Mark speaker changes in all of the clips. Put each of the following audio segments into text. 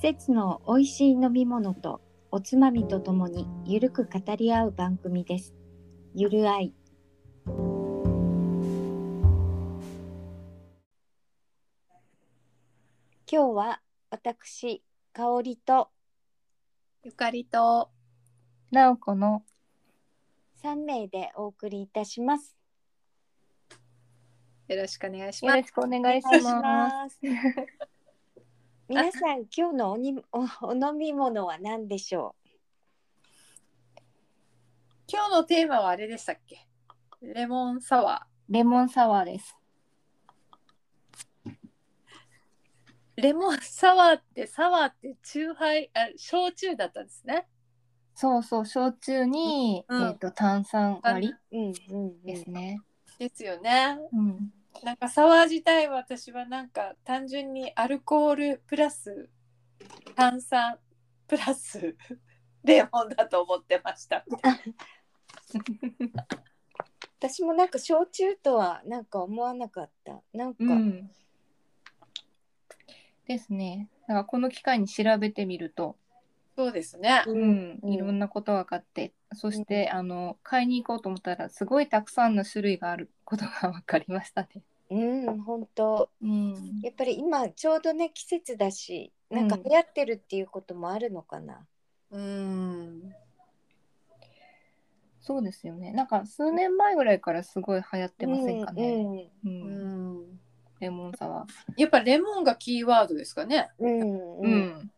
Speaker 1: 節の美味しい飲み物とおつまみとともにゆるく語り合う番組です。ゆるあい。今日は私、香りと
Speaker 2: ゆかりと
Speaker 3: なおこの
Speaker 1: 3名でお送りいたします。
Speaker 2: よろしくお願いし
Speaker 3: よ
Speaker 2: ま
Speaker 3: ろ
Speaker 2: す。
Speaker 3: しくお願いします。
Speaker 1: ます。皆さん、今日のおにおお飲み物は何でしょ
Speaker 2: 今日のテーマはあれでしたっけレモンサワ
Speaker 3: レモンサワーです。
Speaker 2: ー。レモンサワーってサワーって酎ハイあ焼酎だったんですね。
Speaker 3: そうそう、焼酎に、
Speaker 2: うん
Speaker 3: えっ、と炭酸割
Speaker 1: う。うんうんうん、
Speaker 3: りですね。
Speaker 2: ですよね。
Speaker 3: うん。
Speaker 2: なんかサワー自体は私はなんか単純にアルコールプラス炭酸プラス レモンだと思ってました。
Speaker 1: 私もなんか焼酎とはなんか思わなかった。なんか、
Speaker 3: うんですね。なんかこの機会に調べてみると、
Speaker 2: そうですね。
Speaker 1: う
Speaker 3: うんん、いろんなことが分かって、そして、あの買いに行こうと思ったらすごいたくさんの種類があることが分かりましたね。
Speaker 1: うん、本当。
Speaker 3: うん。
Speaker 1: やっぱり今ちょうどね季節だし、なんか
Speaker 3: うん
Speaker 1: 流行ってるっていうこともあるのかな。
Speaker 2: うん。
Speaker 3: そうですよね。なんか数年前ぐらいからすごい流行ってませんかね。
Speaker 1: ね。
Speaker 3: う。
Speaker 2: うんん。
Speaker 3: レモンサワー。
Speaker 2: やっぱレモンがキーワードですかね。
Speaker 1: うん、うん、うん
Speaker 3: うん。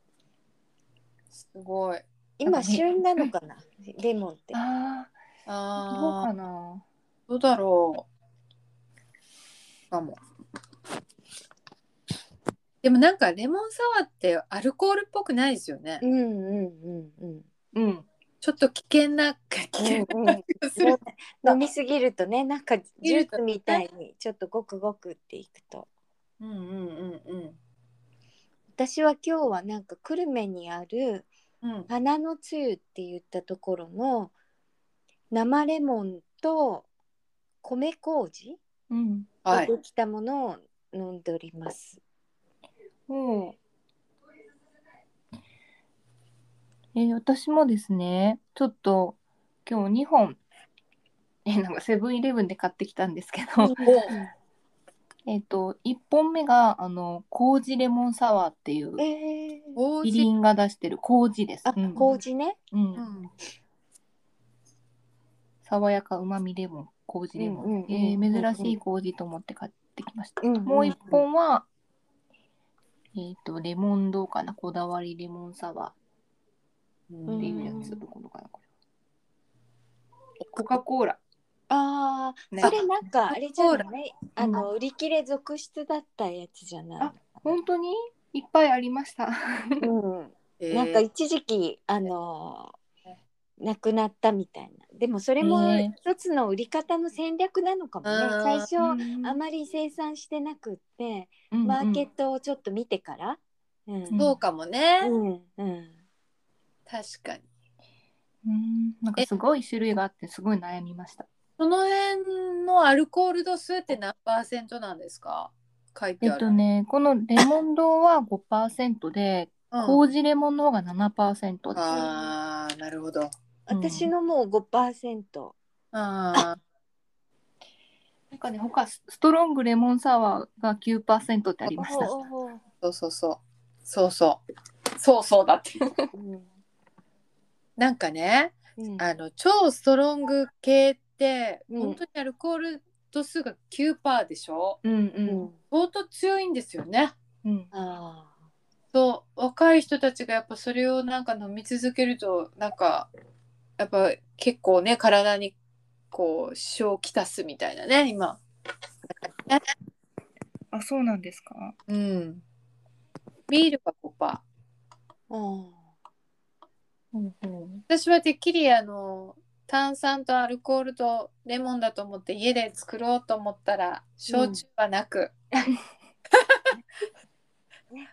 Speaker 2: すごい。
Speaker 1: 今旬なのかな、レモンって。
Speaker 3: ああ、どう
Speaker 2: ああ
Speaker 3: か。な。
Speaker 2: どうだろうかも。でもなんかレモンサワーってアルコールっぽくないですよね。
Speaker 1: うんうんうんうん。
Speaker 3: うん。
Speaker 2: ちょっと危険な危険
Speaker 1: うん
Speaker 2: な気がする。
Speaker 1: 飲みすぎるとね、なんかジュースみたいにちょっとごくごくっていくと。
Speaker 2: うんうんうん
Speaker 1: 私は今日はなんか久留米にある
Speaker 2: うん。うん、
Speaker 1: 花のつゆって言ったところの生レモンと米麹
Speaker 3: うん。
Speaker 2: は
Speaker 1: で
Speaker 2: い。
Speaker 1: できたものを飲んでおります。
Speaker 3: おうえー私もですね、ちょっと今日2本、えーなんかセブンイレブンで買ってきたんですけど、
Speaker 2: お
Speaker 3: えっと、1本目が、あの、麹レモンサワーっていう、
Speaker 1: えー、
Speaker 2: お
Speaker 3: キリンが出してる麹です。
Speaker 1: あ、
Speaker 3: うん
Speaker 1: 麹ね。
Speaker 3: うん
Speaker 2: うん。
Speaker 3: 爽やかうまみレモン、麹レモン。
Speaker 1: うんうんうん
Speaker 3: え
Speaker 1: うんうん
Speaker 3: ー珍しい麹と思って買ってきました。
Speaker 1: うんうん
Speaker 3: もう1本は、えっと、レモンどうかな、こだわりレモンサワー。
Speaker 2: うん
Speaker 3: っていうやつ、どこのかなこれ。コカ・コーラ。
Speaker 1: ああ、
Speaker 3: ね
Speaker 1: それなんかあれじゃ
Speaker 2: コ
Speaker 1: ないあの売り切れ続出だったやつじゃない。
Speaker 3: 本当にいっぱいありました。
Speaker 1: うん。
Speaker 2: えー
Speaker 1: なんか一時期あの
Speaker 2: ね
Speaker 1: ーなくなったみたいなでもそれも
Speaker 3: ね
Speaker 1: 一つの売り方の戦略なのかもね、
Speaker 2: うん
Speaker 1: 最初、
Speaker 3: うん
Speaker 1: あまり生産してなくって
Speaker 3: うんうん
Speaker 1: マーケットをちょっと見てからうんうん
Speaker 2: そうかもね。
Speaker 1: うん
Speaker 2: 確かに。
Speaker 3: うんなんかすごい種類があって、すごい悩みました。
Speaker 2: その辺のアルコール度数って何パーセントなんですか書い
Speaker 3: え
Speaker 2: てあ
Speaker 3: っ
Speaker 2: る。
Speaker 3: とね、このレモン堂は5%で、
Speaker 2: うん
Speaker 3: 麹レモンの方が7%です。
Speaker 2: ああ、なるほど。
Speaker 3: うん
Speaker 1: 私のもう5%
Speaker 2: ああ、
Speaker 3: なんかね、他スストロングレモンサワーが9%ってありました。
Speaker 1: おうおう
Speaker 2: そうそうそう。そうそう。そうそうだって。
Speaker 1: おう
Speaker 2: なんかね、
Speaker 1: うんうん
Speaker 2: あの超ストロング系って、
Speaker 1: うん
Speaker 2: 本当にアルコール度数が9%でしょ
Speaker 3: うん
Speaker 1: うん
Speaker 2: 相当強いんですよね。
Speaker 3: うんうん。
Speaker 1: あー
Speaker 2: そう若い人たちがやっぱそれをなんか飲み続けるとなんかやっぱ結構ね体にこう支障をきたすみたいなね今。
Speaker 3: あ、そうなんですか。
Speaker 2: うん。ビールが5%。
Speaker 1: あー
Speaker 3: うんうん。
Speaker 2: 私はてっきりあの炭酸とアルコールとレモンだと思って家で作ろうと思ったら焼酎はなく、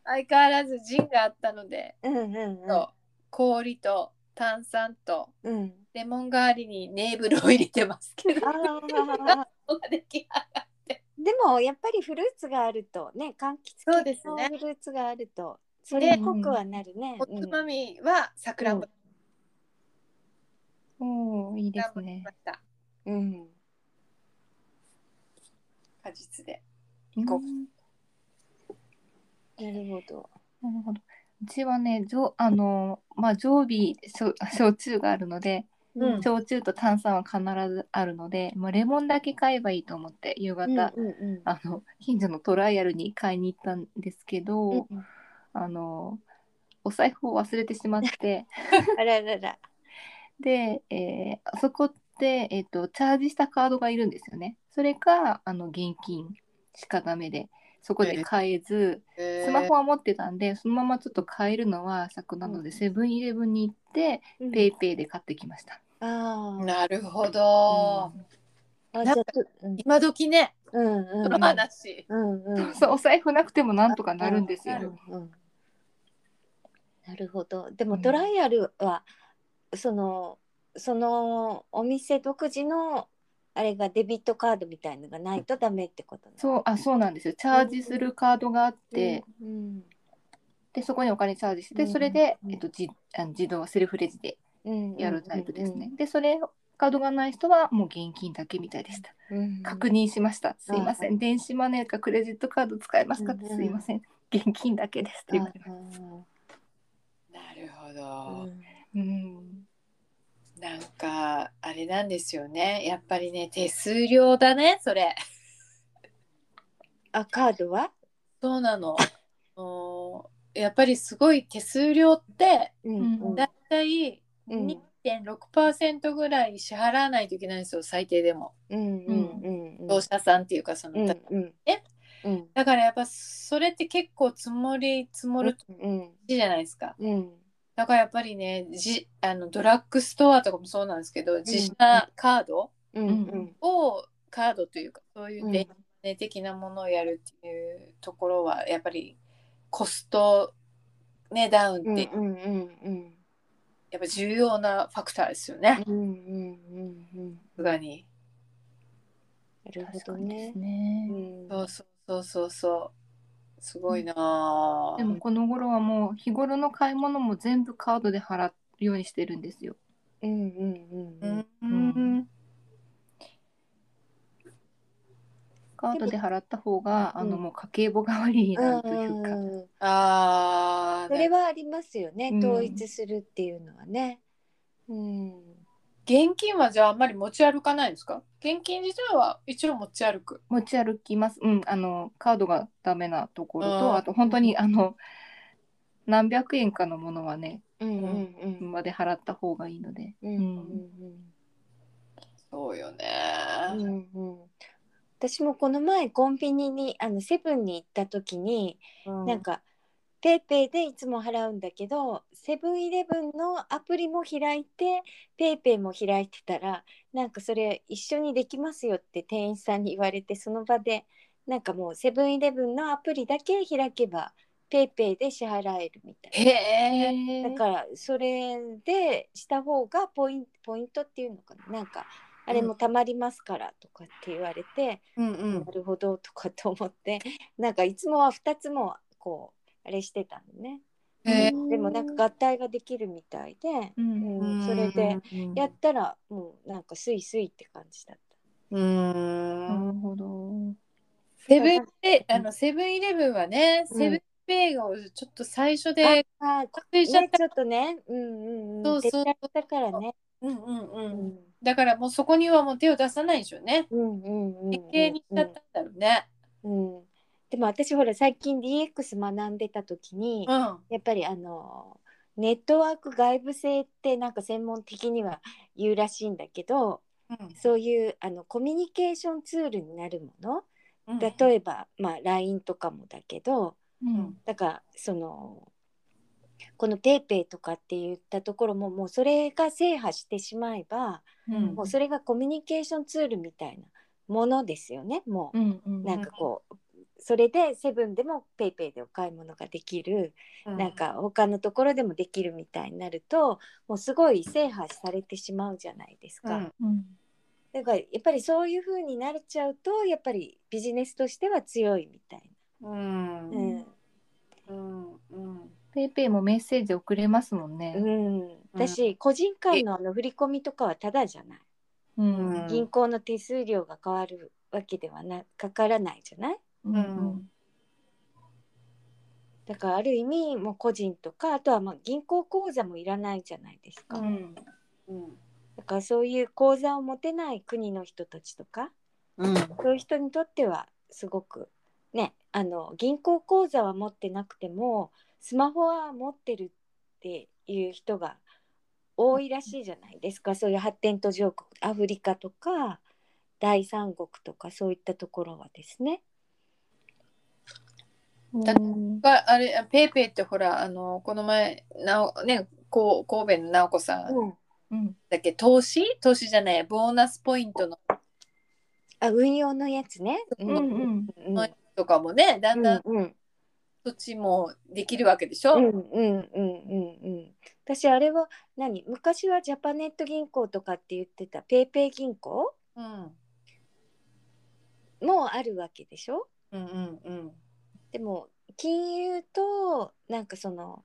Speaker 2: 相変わらずジンがあったので、
Speaker 1: うんうん
Speaker 2: そう氷と炭酸と
Speaker 1: うんうん
Speaker 2: レモン代わりにネーブルを入れてますけど
Speaker 1: あー
Speaker 2: そうができない
Speaker 1: でもやっぱりフルーツがあるとね柑橘系
Speaker 2: そうですね
Speaker 1: のフルーツがあるとそれっぽくはなるね。
Speaker 2: おつまみはさくらんぼ
Speaker 3: おおいいで
Speaker 2: さくらん
Speaker 3: す
Speaker 2: ぼにし
Speaker 3: ね
Speaker 2: ま。した
Speaker 1: うん。うん
Speaker 2: 果実で
Speaker 3: うん
Speaker 2: こ
Speaker 1: なるほど。
Speaker 3: なるほど。うちはね、じょあのまあ常備焼 焼酎があるので、
Speaker 2: うん
Speaker 3: 焼酎と炭酸は必ずあるので、まあレモンだけ買えばいいと思って夕
Speaker 1: うん
Speaker 3: 方、
Speaker 1: うん
Speaker 3: あの近所のトライアルに買いに行ったんですけど、
Speaker 1: うんうん
Speaker 3: あのお財布を忘れてしまって。
Speaker 1: あららら。
Speaker 3: で、えーあそこって、えー、とチャージしたカードがいるんですよね。それかあの現金しかダメでそこで買えず、スマホは持ってたんでそのままちょっと買えるのは策なの
Speaker 1: う
Speaker 3: で、
Speaker 1: ん
Speaker 3: セブンイレブンに行って、
Speaker 1: うん
Speaker 3: ペイペイで買ってきました。
Speaker 1: あ
Speaker 2: なるほど、
Speaker 1: あ。あじゃあちょうん
Speaker 2: 今時ね
Speaker 1: うんうん
Speaker 2: その話、
Speaker 1: うんうん。
Speaker 3: そうそうお財布なくてもなんとかなるんですよ。
Speaker 1: うんうんなるほど。でもトライアルは、そのそのお店独自のあれがデビットカードみたいのがないとダメってことね。
Speaker 3: そうあそうなんですよチャージするカードがあって、
Speaker 1: うん
Speaker 3: でそこにお金チャージして、
Speaker 1: うん
Speaker 3: それで、
Speaker 1: うん
Speaker 3: えっと、じあの自動セルフレジで
Speaker 1: うん
Speaker 3: やるタイプですね。。でそれカードがない人はもう現金だけみたいでした。
Speaker 1: うん
Speaker 3: 確認しました。すいませ。
Speaker 1: うん
Speaker 3: 電子マネーかクレジットカード使えますか
Speaker 1: うんうん
Speaker 3: すいません。現金だけですって言われまし
Speaker 2: なるほ
Speaker 1: あ
Speaker 2: ど、
Speaker 1: ー
Speaker 3: た。うん。
Speaker 2: なんかあれなんですよねやっぱりね手数料だねそれ
Speaker 1: あカードは？
Speaker 2: そうなのあのやっぱりすごい手数料って
Speaker 1: うん
Speaker 3: うん
Speaker 2: だいたい2.6%ぐらい支払わないといけないんですよ最低でも
Speaker 1: うんうんうんうん。
Speaker 2: 業者さんっていうかその、
Speaker 1: うんうん
Speaker 2: え
Speaker 1: うん
Speaker 2: だからやっぱそれって結構積もり積もる
Speaker 1: うん
Speaker 2: じゃないですか
Speaker 1: うん
Speaker 2: だからやっぱりねじあのドラッグストアとかもそうなんですけど自社カード
Speaker 1: うんうん
Speaker 2: をカードというかそういう
Speaker 1: うん
Speaker 2: 電子マネー的なものをやるっていうところはやっぱりコストねダウンって
Speaker 1: うんうんうん
Speaker 2: やっぱ重要なファクターですよね
Speaker 1: うんうんうんうん。
Speaker 2: さすがに
Speaker 1: なるほ
Speaker 3: 確
Speaker 1: ど
Speaker 3: かにで
Speaker 1: ね
Speaker 3: す。ね。
Speaker 1: うん
Speaker 2: そうそうそうそうそうすごいなあ
Speaker 3: でもこの頃はもう日頃の買い物も全部カードで払うようにしてるんですよ。
Speaker 1: うんうんう
Speaker 2: うんん、うん、
Speaker 3: カードで払った方があのもう家計簿代わりになるというか。
Speaker 1: うん。
Speaker 2: ああ
Speaker 1: それはありますよね。
Speaker 3: うん
Speaker 1: 統一するっていうのはね。うん。
Speaker 2: 現金はじゃああんまり持ち歩かないんですか現金自体は一応持ち歩く。
Speaker 3: 持ち歩きます。うん、あのカードがダメなところ
Speaker 2: うん
Speaker 3: と、あと本当にあの何百円かのものはね、
Speaker 1: うんうんうん
Speaker 3: まで払った方がいいので。
Speaker 1: うん
Speaker 2: そうよね。
Speaker 1: うんうん。私もこの前コンビニにあのセブンに行った時に、なんかペイペイでいつも払うんだけどセブンイレブンのアプリも開いてペイペイも開いてたらなんかそれ一緒にできますよって店員さんに言われてその場でなんかもうセブンイレブンのアプリだけ開けばペイペイで支払えるみたい
Speaker 2: へえ。
Speaker 1: なだからそれでした方がポインポイントっていうのかななんかあれもたまりますからとかって言われて、
Speaker 2: うんうん
Speaker 1: な。るほどとかと思ってなんかいつもは2つもこうあれしてたのね、
Speaker 2: へえ。
Speaker 1: でもなんか合体ができるみたいで、
Speaker 3: う、
Speaker 1: うんんそれで
Speaker 2: うん
Speaker 1: やったらもうなんかスイスイって感じだっ
Speaker 2: う。
Speaker 3: なんるほど。
Speaker 2: セブンペイあのセブンイレブンはね、セブンペイをちょっと最初で
Speaker 1: た。あーこ
Speaker 2: 忘れちゃっ
Speaker 1: ね、
Speaker 2: た。
Speaker 1: ちょっとね、うんうん
Speaker 2: そ
Speaker 1: うん、
Speaker 2: うそう
Speaker 1: 出ちゃったからね、
Speaker 2: うんうん
Speaker 1: う
Speaker 2: うん。
Speaker 1: ん、
Speaker 2: だからもうそこにはもう手を出さないでしょうね。
Speaker 1: うんうんうん、
Speaker 2: 経営にしちゃったんだろうね。
Speaker 1: うん、でも私ほら最近 DX 学んでた時に、
Speaker 2: うん。
Speaker 1: やっぱりあのネットワーク外部性ってなんか専門的には言うらしいんだけど、そういうあのコミュニケーションツールになるもの
Speaker 2: うん。
Speaker 1: 例えば、まあ、LINE とかもだけど
Speaker 3: う
Speaker 2: うん
Speaker 3: ん、
Speaker 1: だからそのこの PayPay とかって言ったところももうそれが制覇してしまえば
Speaker 3: うん
Speaker 1: もうそれがコミュニケーションツールみたいなものですよねも
Speaker 3: う
Speaker 1: う。
Speaker 3: ん、うん、
Speaker 1: なんかこうそれでセブンでも PayPay でお買い物ができる
Speaker 2: う
Speaker 1: なん。か他のところでもできるみたいになるともうすごい制覇されてしまうじゃないです
Speaker 2: う
Speaker 1: か。
Speaker 2: ん。
Speaker 3: うん、
Speaker 1: だからやっぱりそういう風になれちゃうとやっぱりビジネスとしては強いみたい
Speaker 2: うん
Speaker 1: な、うん
Speaker 2: うんうん
Speaker 3: ペイペイもメッセージ送れますもんね。
Speaker 1: うん、私、個人間のあの振り込みとかはただじゃない、
Speaker 3: うん
Speaker 1: 銀行の手数料が変わるわけではなかからないじゃない
Speaker 3: うん
Speaker 1: だからある意味もう個人とかあとはまあ銀行口座もいらないじゃないですか、
Speaker 2: うんうん
Speaker 1: だからそういう口座を持てない国の人たちとか
Speaker 2: うん
Speaker 1: そういう人にとってはすごくねあの銀行口座は持ってなくてもスマホは持ってるっていう人が多いらしいじゃないですかそういう発展途上国アフリカとか第三国とかそういったところはですね。
Speaker 2: だがあれあペイペイってほらあのこの前なおねこう神戸の直子さん
Speaker 1: うん、
Speaker 3: うん
Speaker 2: だっけ投資投資じゃないボーナスポイントの
Speaker 1: あ運用のやつね。う
Speaker 3: うんう
Speaker 1: う
Speaker 3: ん
Speaker 1: んうん
Speaker 2: とかもねだんだん
Speaker 1: うん
Speaker 2: そっちもできるわけでしょ、
Speaker 1: うんうんうんうんうん私あれは何昔はジャパネット銀行とかって言ってたペイペイ銀行
Speaker 2: うん
Speaker 1: もあるわけでしょ
Speaker 2: うんうんうん
Speaker 1: でも金融となんかその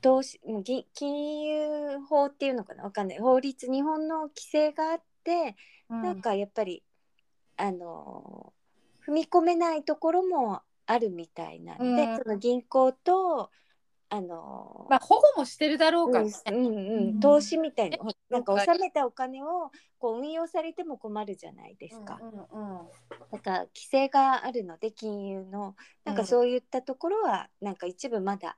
Speaker 1: 投資もうぎ金融法っていうのかなわかんない法律日本の規制があって、
Speaker 2: うん
Speaker 1: なんかやっぱりあの踏み込めないところもあるみたいなんで、
Speaker 2: うん
Speaker 1: その銀行とあの、
Speaker 2: まあ保護もしてるだろうからね、
Speaker 1: うんうんう、
Speaker 3: うんん
Speaker 1: 投資みたいな、
Speaker 2: ね
Speaker 1: なんか納めたお金をこう運用されても困るじゃないですか。
Speaker 2: うんうんうん
Speaker 1: なんか規制があるので金融のなんかそういったところは、なんか一部まだ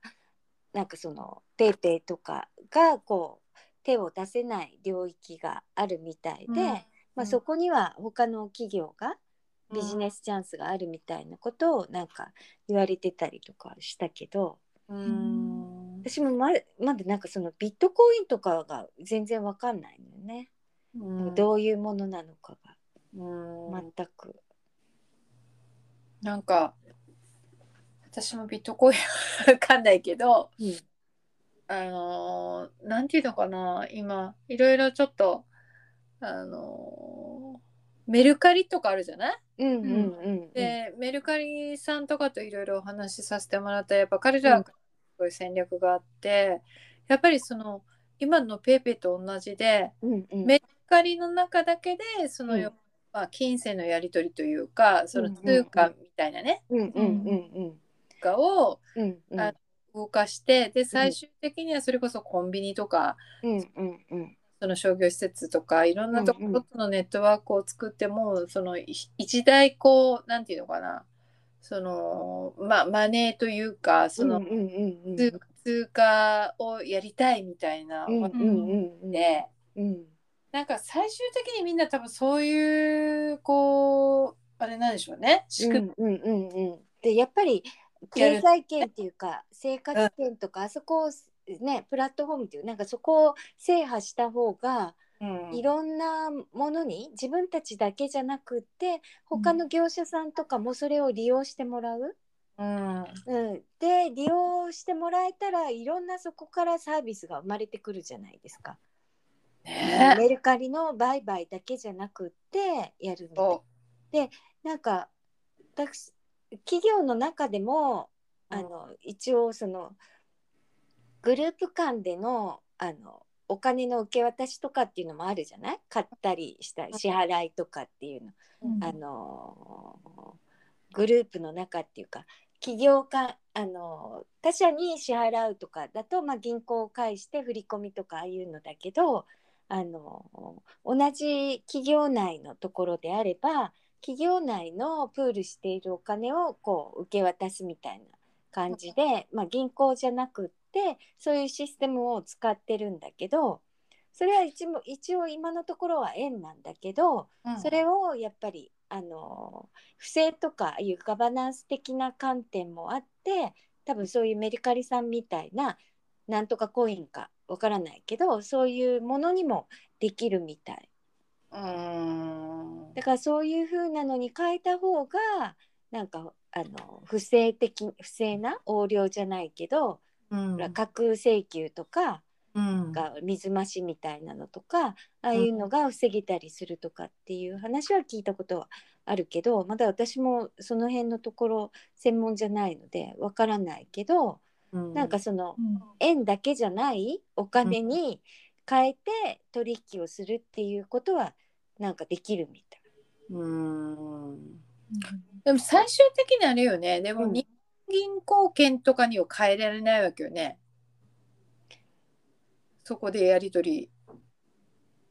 Speaker 1: なんかそのペイペイとかがこう手を出せない領域があるみたいで、
Speaker 2: うん
Speaker 1: まあ、そこには他の企業がビジネスチャンスがあるみたいなことをなんか言われてたりとかしたけど
Speaker 2: うん
Speaker 1: 私もままだなんかそのビットコインとかが全然わかんないのよね、
Speaker 2: うん
Speaker 1: どういうものなのかが
Speaker 2: うん
Speaker 1: 全く。
Speaker 2: なんか私もビットコインわかんないけど
Speaker 1: うん
Speaker 2: あのーなんていうのかな今いろいろちょっとあのーメルカリとかあるじゃない
Speaker 1: うんうんうんうん
Speaker 2: で、メルカリさんとかといろいろお話しさせてもらったらやっぱ彼ら
Speaker 1: うん
Speaker 2: はこういう戦略があって、やっぱりその今のペイペイと同じで
Speaker 1: うんうん
Speaker 2: メルカリの中だけでその、
Speaker 1: うん
Speaker 2: まあ、金銭のやり取りというかその通貨みたいなね、
Speaker 1: うんうんうん
Speaker 2: 通貨を
Speaker 1: うんうんうん
Speaker 2: あ動かしてで最終的にはそれこそコンビニとか
Speaker 1: うんうんうん
Speaker 2: その商業施設とかいろんなところとのネットワークを作って、もうその一一大こうなんていうのかなそのまあマネーというかその
Speaker 1: うんうんうんうん
Speaker 2: 通,、通貨をやりたいみたいな
Speaker 1: うん
Speaker 2: わ
Speaker 1: うんうん
Speaker 2: けで、
Speaker 1: うん
Speaker 2: なんか最終的にみんな多分そういうこうあれなんでしょうね仕組み、
Speaker 1: うんうんうんうんでやっぱり経済圏っていうか生活圏とかあそこをねプラットフォームっていうなんかそこを制覇した方が
Speaker 2: うん
Speaker 1: いろんなものに自分たちだけじゃなくって他の業者さんとかもそれを利用してもらう。
Speaker 2: うん
Speaker 1: うん、で利用してもらえたらいろんなそこからサービスが生まれてくるじゃないですか。
Speaker 2: ね
Speaker 1: メルカリの売買だけじゃなくってやるみたい
Speaker 2: そ
Speaker 1: なんか私企業の中でも
Speaker 2: う
Speaker 1: あの一応そのグループ間でのあのお金の受け渡しとかっていうのもあるじゃない買ったりした支払いとかっていうの。
Speaker 3: うん
Speaker 1: あのーグループの中っていうか企業家、あのー他社に支払うとかだと、まあ、銀行を介して振り込みとかああいうのだけど、あのー同じ企業内のところであれば企業内のプールしているお金をこう受け渡すみたいな感じで、まあ、銀行じゃなくってそういうシステムを使ってるんだけどそれは一も一応今のところは円なんだけど、
Speaker 2: ううん
Speaker 1: それをやっぱりあの不正とかいうガバナンス的な観点もあって多分そういうメルカリさんみたいななんとかコインかわからないけどそういうものにもできるみたい
Speaker 2: うん
Speaker 1: だからそういう風なのに変えた方がなんかあの不正的不正な横領じゃないけど、
Speaker 2: うん
Speaker 1: ほら架空請求とか
Speaker 2: うん
Speaker 1: が水増しみたいなのとかああいうのが防げたりするとかっていう話は聞いたことはあるけどまだ私もその辺のところ専門じゃないのでわからないけど
Speaker 2: うん
Speaker 1: なんかその
Speaker 3: うん
Speaker 1: 円だけじゃないお金に変えて取引をするっていうことはなんかできるみたい。
Speaker 2: うんでも最終的にあれよねでも
Speaker 1: うん
Speaker 2: 人銀行券とかには変えられないわけよねそこでやり取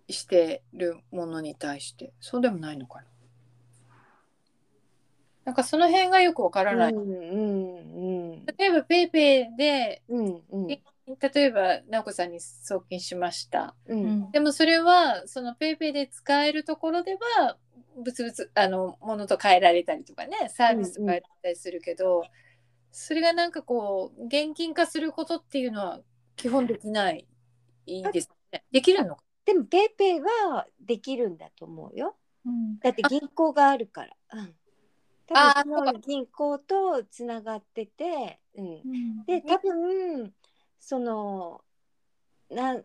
Speaker 2: りしてるものに対してそうでもないのかななんかその辺がよくわからない、
Speaker 1: うんうんうん
Speaker 2: 例えばペイペイで
Speaker 1: うんうん
Speaker 2: 例えば直子さんに送金しました
Speaker 1: うん
Speaker 2: でもそれはそのペイペイで使えるところでは物々あの物と変えられたりとかねサービスと変えられたりするけど、それがなんかこう現金化することっていうのは基本できないいいですね。できるのか。
Speaker 1: でもペイペイはできるんだと思うよ。
Speaker 3: うん
Speaker 1: だって銀行があるから。うん。
Speaker 2: あー
Speaker 1: 多分その銀行とつながってて、うん。で多分そのなん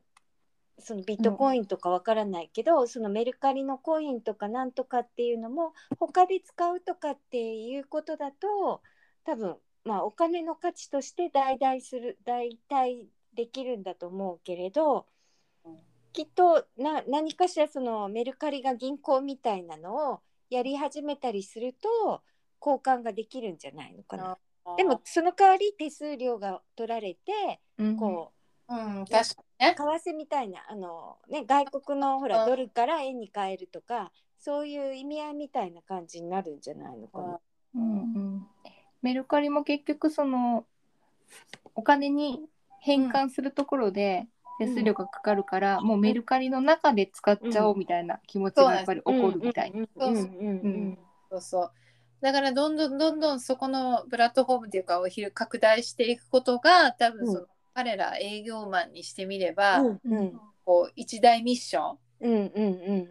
Speaker 1: そのビットコインとかわからないけど、そのメルカリのコインとかなんとかっていうのも他で使うとかっていうことだと多分まあお金の価値として代替する代替できるんだと思うけれど
Speaker 2: うん
Speaker 1: きっとな何かしらそのメルカリが銀行みたいなのをやり始めたりすると交換ができるんじゃないのかな。でも、その代わり手数料が取られて
Speaker 3: うん
Speaker 1: こ
Speaker 2: うん、確かにね
Speaker 1: う。為替みたいなあの、ね、外国のほ
Speaker 2: う
Speaker 1: ら
Speaker 2: ん
Speaker 1: ドルから円に変えるとかそういう意味合いみたいな感じになるんじゃないのかな。
Speaker 3: うんうんメルカリも結局そのお金に変換するところで手数料がかかるから、もうメルカリの中で使っちゃおうみたいな気持ちがやっぱり起こるみたいな。
Speaker 1: うん
Speaker 2: そ
Speaker 1: う
Speaker 2: ううんそうん
Speaker 1: うんうん
Speaker 2: そうそう。だからどんどんどんどんそこのプラットフォームっていうかお昼拡大していくことが多分その、
Speaker 1: う
Speaker 2: 彼ら営業マンにしてみれば、
Speaker 1: うんうん
Speaker 2: こう一大ミッション、
Speaker 1: うんう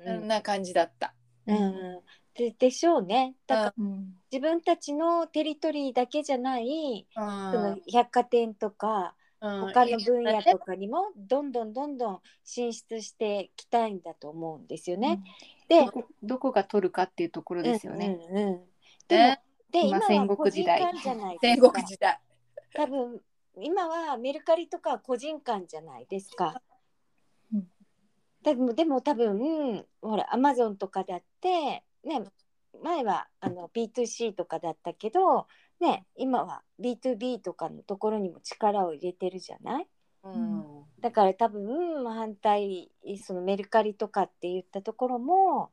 Speaker 1: んうん
Speaker 2: な感じだった。
Speaker 1: うんうんででしょうね。だから
Speaker 3: うん
Speaker 1: 自分たちのテリトリーだけじゃない
Speaker 2: うん
Speaker 1: その百貨店とか他の分野とかにもどんどんどんどん進出していきたいんだと思うんですよね。で
Speaker 3: どこどこが取るかっていうところですよね。
Speaker 1: うんうんうん、でも
Speaker 2: ね
Speaker 1: で今
Speaker 3: 今
Speaker 1: は個人間じゃないで
Speaker 2: 戦
Speaker 1: すか
Speaker 2: 国。時代。
Speaker 1: 多分今はメルカリとかは個人間じゃないですか
Speaker 3: うん。
Speaker 1: でもでも多分ほらアマゾンとかだってね前はあの B2C とかだったけどね今は B2B とかのところにも力を入れてるじゃない。
Speaker 2: うん
Speaker 1: だから多分反対そのメルカリとかって言ったところも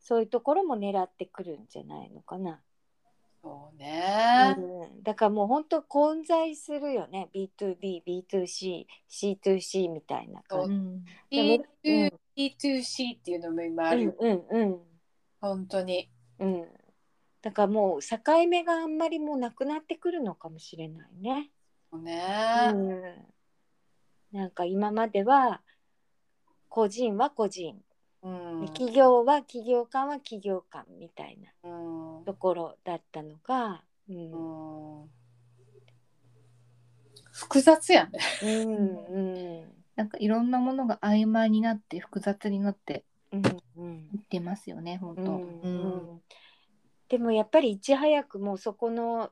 Speaker 1: そういうところも狙ってくるんじゃないのかな。
Speaker 2: そうね。
Speaker 1: うん、だからもう本当混在するよね B2BB2CC2C みたいな
Speaker 2: う
Speaker 1: 感じ。
Speaker 3: ん
Speaker 2: B2C
Speaker 1: うん
Speaker 2: B2C っていうのも今あ
Speaker 1: う
Speaker 2: る
Speaker 1: ん
Speaker 2: よ。
Speaker 1: うん
Speaker 2: 本当に。
Speaker 1: うんうん。だからもう境目があんまりもうなくなってくるのかもしれないね。
Speaker 2: そう
Speaker 1: う
Speaker 2: ね。
Speaker 1: ん、なんか今までは個人は個人
Speaker 2: うん。
Speaker 1: 企業は企業間は企業間みたいな
Speaker 2: うん
Speaker 1: ところだったのが、うんうん
Speaker 2: うん複雑やね。
Speaker 1: うん
Speaker 3: なんかいろんなものが曖昧になって複雑になって
Speaker 1: うんうん
Speaker 3: いってますよね本当。
Speaker 1: うんうんでもやっぱりいち早くもうそこの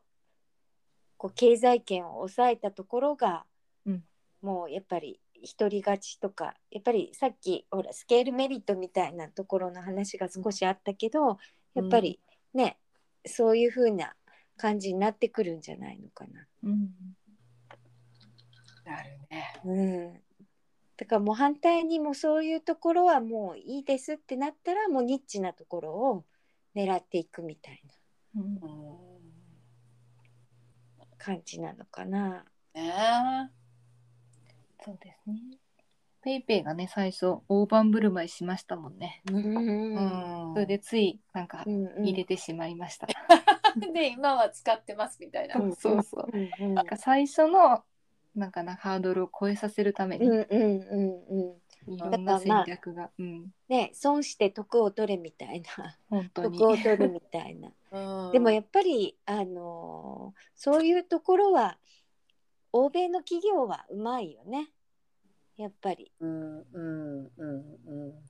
Speaker 1: こう経済圏を抑えたところが、
Speaker 3: うん
Speaker 1: もうやっぱり独り勝ちとかやっぱりさっきほらスケールメリットみたいなところの話が少しあったけどやっぱりね、そういう風な感じになってくるんじゃないのかな。
Speaker 3: うん
Speaker 2: なるね。
Speaker 1: うん、だからもう反対にもうそういうところはもういいですってなったらもうニッチなところを狙っていくみたいな
Speaker 3: う
Speaker 2: う
Speaker 3: ん
Speaker 2: ん
Speaker 1: 感じなのかな。
Speaker 2: ね。
Speaker 3: そうですね。ペイペイがね最初大盤振る舞いしましたもんね。
Speaker 1: うんうん
Speaker 2: うん
Speaker 3: それでついなんか
Speaker 1: うん
Speaker 3: 入れてしまいました。
Speaker 2: で今は使ってますみたいな。
Speaker 1: うん
Speaker 3: そうそう。
Speaker 1: うんうん
Speaker 3: なんか最初のなんかなハードルを超えさせるため
Speaker 1: うん
Speaker 3: に
Speaker 1: うんうんうん
Speaker 3: いろんな戦略が、うん
Speaker 1: ね損して得を取れみたいな
Speaker 3: 本当に
Speaker 1: 得。を取るみたい な。
Speaker 2: うん
Speaker 1: でもやっぱりあのーそういうところは欧米の企業はうまいよねやっぱり。
Speaker 2: うんうんうん
Speaker 3: う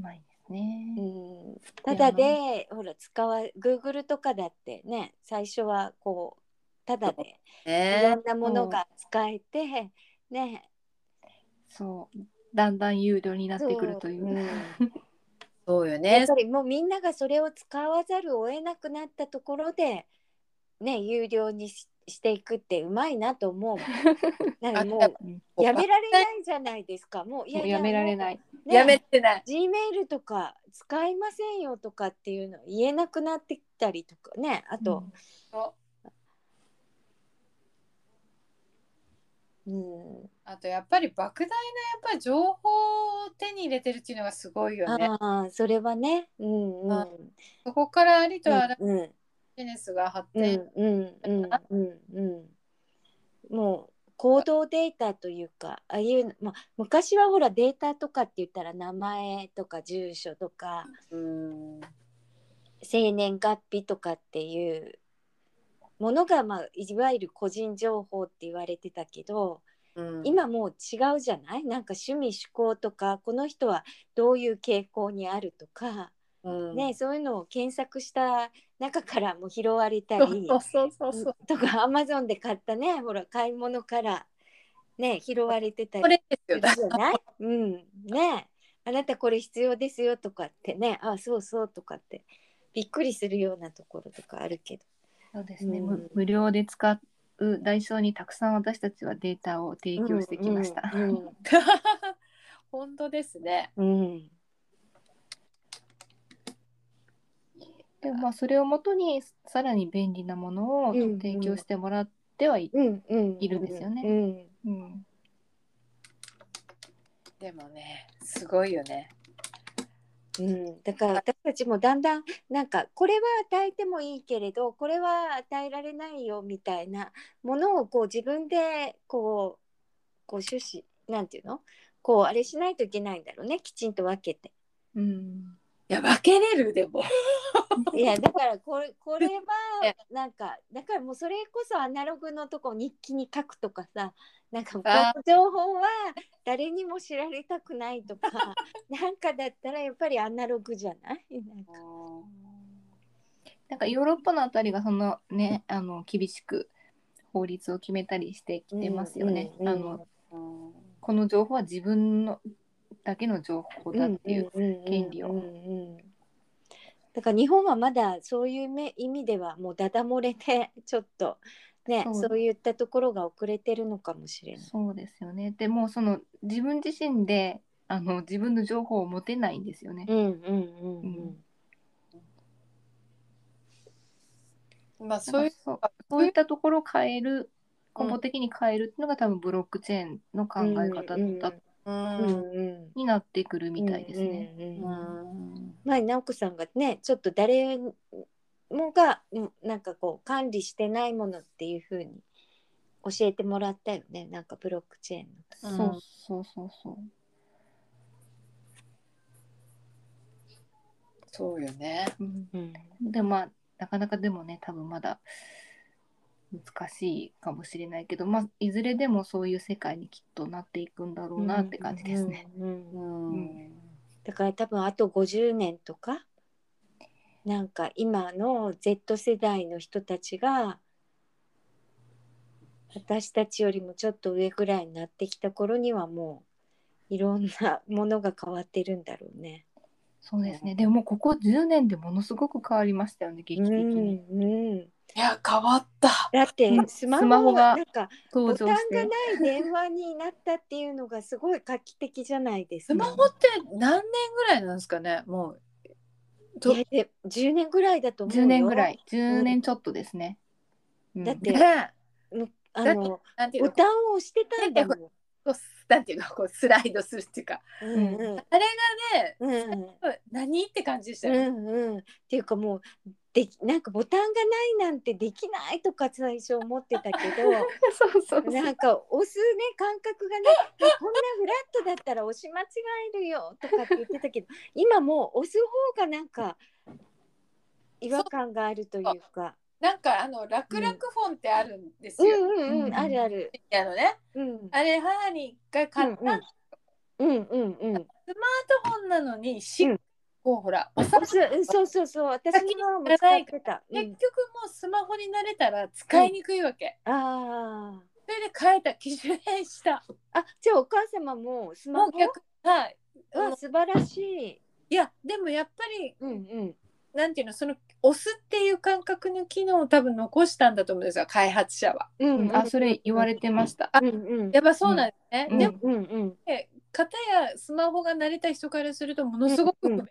Speaker 3: まいですね。
Speaker 1: うんただでほら使わ Google とかだってね最初はこただでい
Speaker 2: ね
Speaker 1: ろんなものが使えて、ね、
Speaker 3: そうだんだん有料になってくるというう。
Speaker 1: ん
Speaker 2: そうよ
Speaker 1: や
Speaker 2: ね
Speaker 1: っぱりもうみんながそれを使わざるを得なくなったところで、ね、有料にししていくってうまいなと思う。なんかもうやめられないじゃないですか。もうい。
Speaker 3: もうやめられないい。
Speaker 1: もうね
Speaker 2: やめてない
Speaker 1: G メールとか使いませんよとかっていうの言えなくなってきたりとかねあと、うん
Speaker 2: あとやっぱり莫大なやっぱり情報を手に入れてるっていうのがすごいよね。
Speaker 1: ああそれはねうんうん
Speaker 2: あそこからありとあらゆる
Speaker 1: うんうん
Speaker 2: ビジネスが発
Speaker 1: うん
Speaker 2: 展、
Speaker 1: うんうんうんうんもう行動データというかああいうの、まあ、昔はほらデータとかって言ったら名前とか住所とか
Speaker 2: うん
Speaker 1: 生年月日とかっていうものが、まあ、いわゆる個人情報って言われてたけど、
Speaker 2: うん
Speaker 1: 今もう違うじゃないなんか趣味趣向とかこの人はどういう傾向にあるとか、
Speaker 2: うん
Speaker 1: ね、そういうのを検索した中からも拾われた
Speaker 2: そ
Speaker 1: り
Speaker 2: うそうそうそうそう。
Speaker 1: とかアマゾンで買ったねほら買い物から、ね、拾われてた
Speaker 2: こ
Speaker 1: り
Speaker 2: れです
Speaker 1: す
Speaker 2: よ
Speaker 1: る。じゃない、うんね、あなたこれ必要ですよとかってねあそうそうとかってびっくりするようなところとかあるけど。
Speaker 3: そうですね。
Speaker 1: うん
Speaker 3: 無無料で使う代償にたくさん私たちはデータを提供してきました。
Speaker 1: うんうんうん
Speaker 2: 本当ですね。
Speaker 1: うん
Speaker 3: でもまあそれをもとにさらに便利なものを
Speaker 1: うん
Speaker 3: 提供してもらってはい、
Speaker 1: うんうん、
Speaker 3: いるんですよね
Speaker 1: うん
Speaker 3: うん
Speaker 2: でもね、すごいよね。
Speaker 1: うん、だから私たちもだんだんなんかこれは与えてもいいけれどこれは与えられないよみたいなものをこう自分でこうこう趣旨なんていうのこうあれしないといけないんだろうねきちんと分けて。
Speaker 3: うん
Speaker 2: いや、分けれるでも。
Speaker 1: いやだからこれこれは
Speaker 2: ね
Speaker 1: なんかだからもうそれこそアナログのとこ日記に書くとかさなんかこ
Speaker 2: あ
Speaker 1: の情報は誰にも知られたくないと かなんかだったらやっぱりアナログじゃないなんか
Speaker 3: なんかヨーロッパのあたりがそのねあの厳しく法律を決めたりしてきてますよね。
Speaker 1: うんうんうん
Speaker 3: あのこの情報は自分のだけの情報だっていう。権利を
Speaker 1: うんうんうんうんだから日本はまだそういうめ意味ではもうダダ漏れでちょっとね
Speaker 3: そう
Speaker 1: そういったところが遅れてるのかもしれない。
Speaker 3: そうですよね。でもうその自分自身であの自分の情報を持てないんですよね。
Speaker 1: うんうんうんうん。
Speaker 2: まあ、
Speaker 3: そ
Speaker 2: そううい
Speaker 3: い
Speaker 2: うう。
Speaker 3: そうそういったところを変える根本的に変えるっていうのが多分ブロックチェーンの考え方だ
Speaker 2: う
Speaker 1: うん
Speaker 2: ん。
Speaker 1: うん
Speaker 3: になってくるみたいですね。。
Speaker 1: うんうんうん
Speaker 2: うん。
Speaker 1: 前直子さんがねちょっと誰もがうんなんかこう管理してないものっていう風に教えてもらったよねなんかブロックチェーンの。
Speaker 2: うんうん
Speaker 3: そうそうそうそう。
Speaker 2: そうよね。
Speaker 3: うん、
Speaker 1: うん
Speaker 3: でまあなかなかでもね多分まだ難しいかもしれないけど、まあ、いずれでもそういう世界にきっとなっていくんだろうなって感じですね。。
Speaker 1: うんうんうん
Speaker 2: うん。
Speaker 1: だから多分あと50年とかなんか今の Z 世代の人たちが私たちよりもちょっと上ぐらいになってきた頃にはもういろんなものが変わってるんだろうね。
Speaker 3: そうですねでももうここ10年でものすごく変わりましたよね劇
Speaker 1: う
Speaker 3: 的に。
Speaker 1: んうん、
Speaker 2: いや、変わった。
Speaker 1: だって
Speaker 3: うん
Speaker 1: スマホ
Speaker 3: スマホ
Speaker 1: な
Speaker 3: が
Speaker 1: んかボ
Speaker 3: 登
Speaker 1: タ
Speaker 3: 場
Speaker 1: ン
Speaker 3: し
Speaker 1: が
Speaker 3: て
Speaker 1: ない電話になったっていうのがすごい画期的じゃないです
Speaker 2: スマ
Speaker 1: か。
Speaker 2: ホって何年ぐらいなんですかね。もう。と
Speaker 1: いやで10年ぐらいだと思うよ。
Speaker 3: 10年ぐらい10年ちょっとですね。うん
Speaker 1: だって
Speaker 2: ね。
Speaker 1: うん。あ
Speaker 2: だって
Speaker 1: の
Speaker 2: なんていう
Speaker 1: ボ
Speaker 2: の。
Speaker 1: タンを押してたんだもん。
Speaker 2: こうなんていうの、こうスライドするっていうか。
Speaker 1: うんうん
Speaker 2: あれがね。
Speaker 1: うんうん
Speaker 2: 何って感じでした
Speaker 1: う
Speaker 2: よね。
Speaker 1: んうん、っていうかもうできなんかボタンがないなんてできないとか最初思ってたけど
Speaker 3: そうそうそう
Speaker 1: なんか押すね感覚がねいやこんなフラットだったら押し間違えるよとかって言ってたけど今もう押す方がなんか違和感があるというか
Speaker 2: なんかあの楽々フォンってあるんです
Speaker 1: う
Speaker 2: よ。
Speaker 1: んうん
Speaker 3: う
Speaker 1: うんんあるある
Speaker 2: あのね、
Speaker 1: うん
Speaker 2: あれ母にが買ったスマー
Speaker 1: うんうんうん
Speaker 2: トフォンなのにしっ構ほらお
Speaker 1: おすうんそうそうそう私も使ってた、う
Speaker 2: 結
Speaker 1: ん
Speaker 2: 局、もうスマホに慣れたら使いにくいわけ、
Speaker 1: あー
Speaker 2: それで変えた機種変した
Speaker 1: あじゃあお母様もスマ
Speaker 2: も
Speaker 1: ホ
Speaker 2: う逆はい
Speaker 1: は素晴らしい
Speaker 2: いやでもやっぱり
Speaker 1: うんうん
Speaker 2: なんていうのその押すっていう感覚の機能を多分残したんだと思うんですよ開発者は。
Speaker 1: うんうん
Speaker 3: あそれ言われてました。あ
Speaker 1: うんうん
Speaker 2: やっぱそうなんですね。
Speaker 3: うん
Speaker 2: で
Speaker 1: で
Speaker 2: も
Speaker 1: もうんうん
Speaker 2: ね片やスマホが慣れた人からするとものすごく
Speaker 1: うん
Speaker 2: 不
Speaker 1: う
Speaker 2: 便
Speaker 1: ん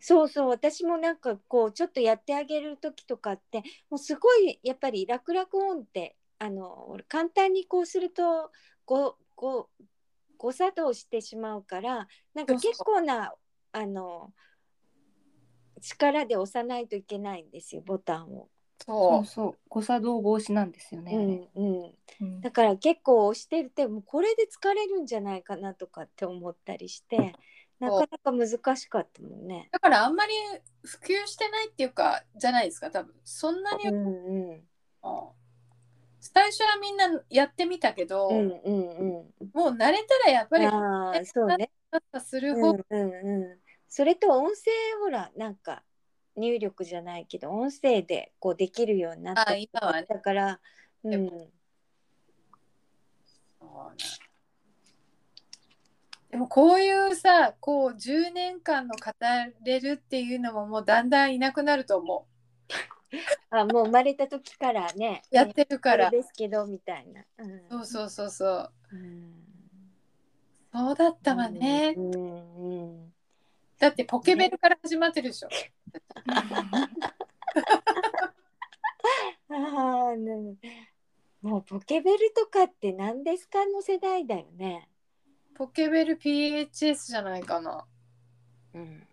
Speaker 1: そうそう私もなんかこうちょっとやってあげる時とかってもうすごいやっぱり楽々音ってあの簡単にこうするとごご誤作動してしまうからなんか
Speaker 2: そうそう
Speaker 1: 結構なあの力で押さないといけないんですよボタンを。
Speaker 3: そ
Speaker 2: そう
Speaker 3: そう誤作動防止なんですよね。
Speaker 1: うんうん、
Speaker 3: うん
Speaker 1: だから結構押しててもうこれで疲れるんじゃないかなとかって思ったりしてなかなか難しかったもんね。
Speaker 2: だからあんまり普及してないっていうかじゃないですか多分そんなに、
Speaker 1: うんうん
Speaker 2: 最初はみんなやってみたけど、
Speaker 1: うんうんうん
Speaker 2: もう慣れたらやっぱり
Speaker 1: ああそうね。
Speaker 2: する
Speaker 1: う
Speaker 2: 方
Speaker 1: んうんうん。それと音声ほらなんか入力じゃないけど音声でこうできるようになった
Speaker 2: あ今はね
Speaker 1: だから、うん、
Speaker 2: でもこういうさこう10年間の語れるっていうのももうだんだんいなくなると思
Speaker 1: あもう生まれた時からね
Speaker 2: うやってる
Speaker 1: か
Speaker 2: から、
Speaker 1: ですけどみたいな。うん
Speaker 2: そうそうそうそう
Speaker 1: うん
Speaker 2: そうだったわね、
Speaker 1: うんうん
Speaker 2: だってポケベルから始まってるでしょ、
Speaker 1: ああ、ね、もうポケベルとかって何ですかの世代だよね。
Speaker 2: ポケベル PHS じゃないかな
Speaker 1: うん、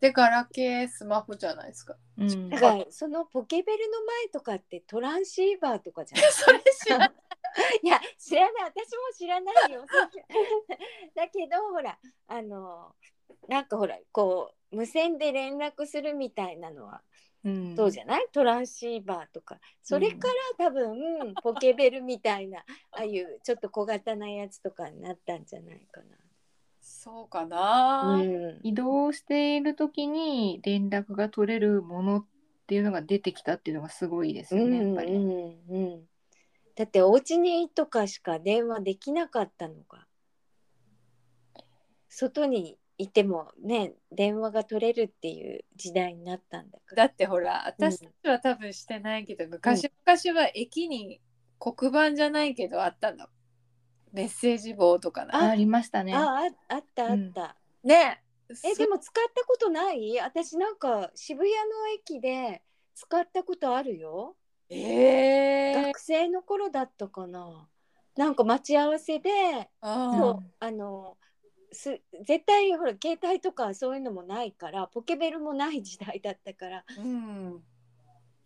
Speaker 2: でガラケースマホじゃないですか
Speaker 3: うん
Speaker 1: だからそのポケベルの前とかってトランシーバーとかじゃない
Speaker 2: それ知らない
Speaker 1: いや知らない私も知らないよ。 だけどほらあのなんかほらこう無線で連絡するみたいなのは
Speaker 3: うん
Speaker 1: どうじゃないトランシーバーとかそれから多分ポケベルみたいなああいうちょっと小型なやつとかになったんじゃないか
Speaker 2: そうかな、
Speaker 1: な。うん
Speaker 3: 移動している時に連絡が取れるものっていうのが出てきたっていうのがすごいですよね、やっぱり。
Speaker 1: うんうんうん、だってお家にとかしか電話できなかったのが外にいてもね電話が取れるっていう時代になったんだから。
Speaker 2: だってほら私たちは多分してないけど、昔昔々は駅に黒板じゃないけどあったんだメッセージボードか
Speaker 3: あ
Speaker 2: な
Speaker 3: ありましたね。
Speaker 1: あああったあった。
Speaker 2: ね
Speaker 1: え
Speaker 2: そ
Speaker 1: でも使ったことない私なんか渋谷の駅で使ったことあるよ。
Speaker 2: えー、
Speaker 1: 学生の頃だったかな。なんか待ち合わせで
Speaker 2: あ
Speaker 1: そうあのす絶対ほら携帯とかそういうのもないからポケベルもない時代だったから
Speaker 2: ーうん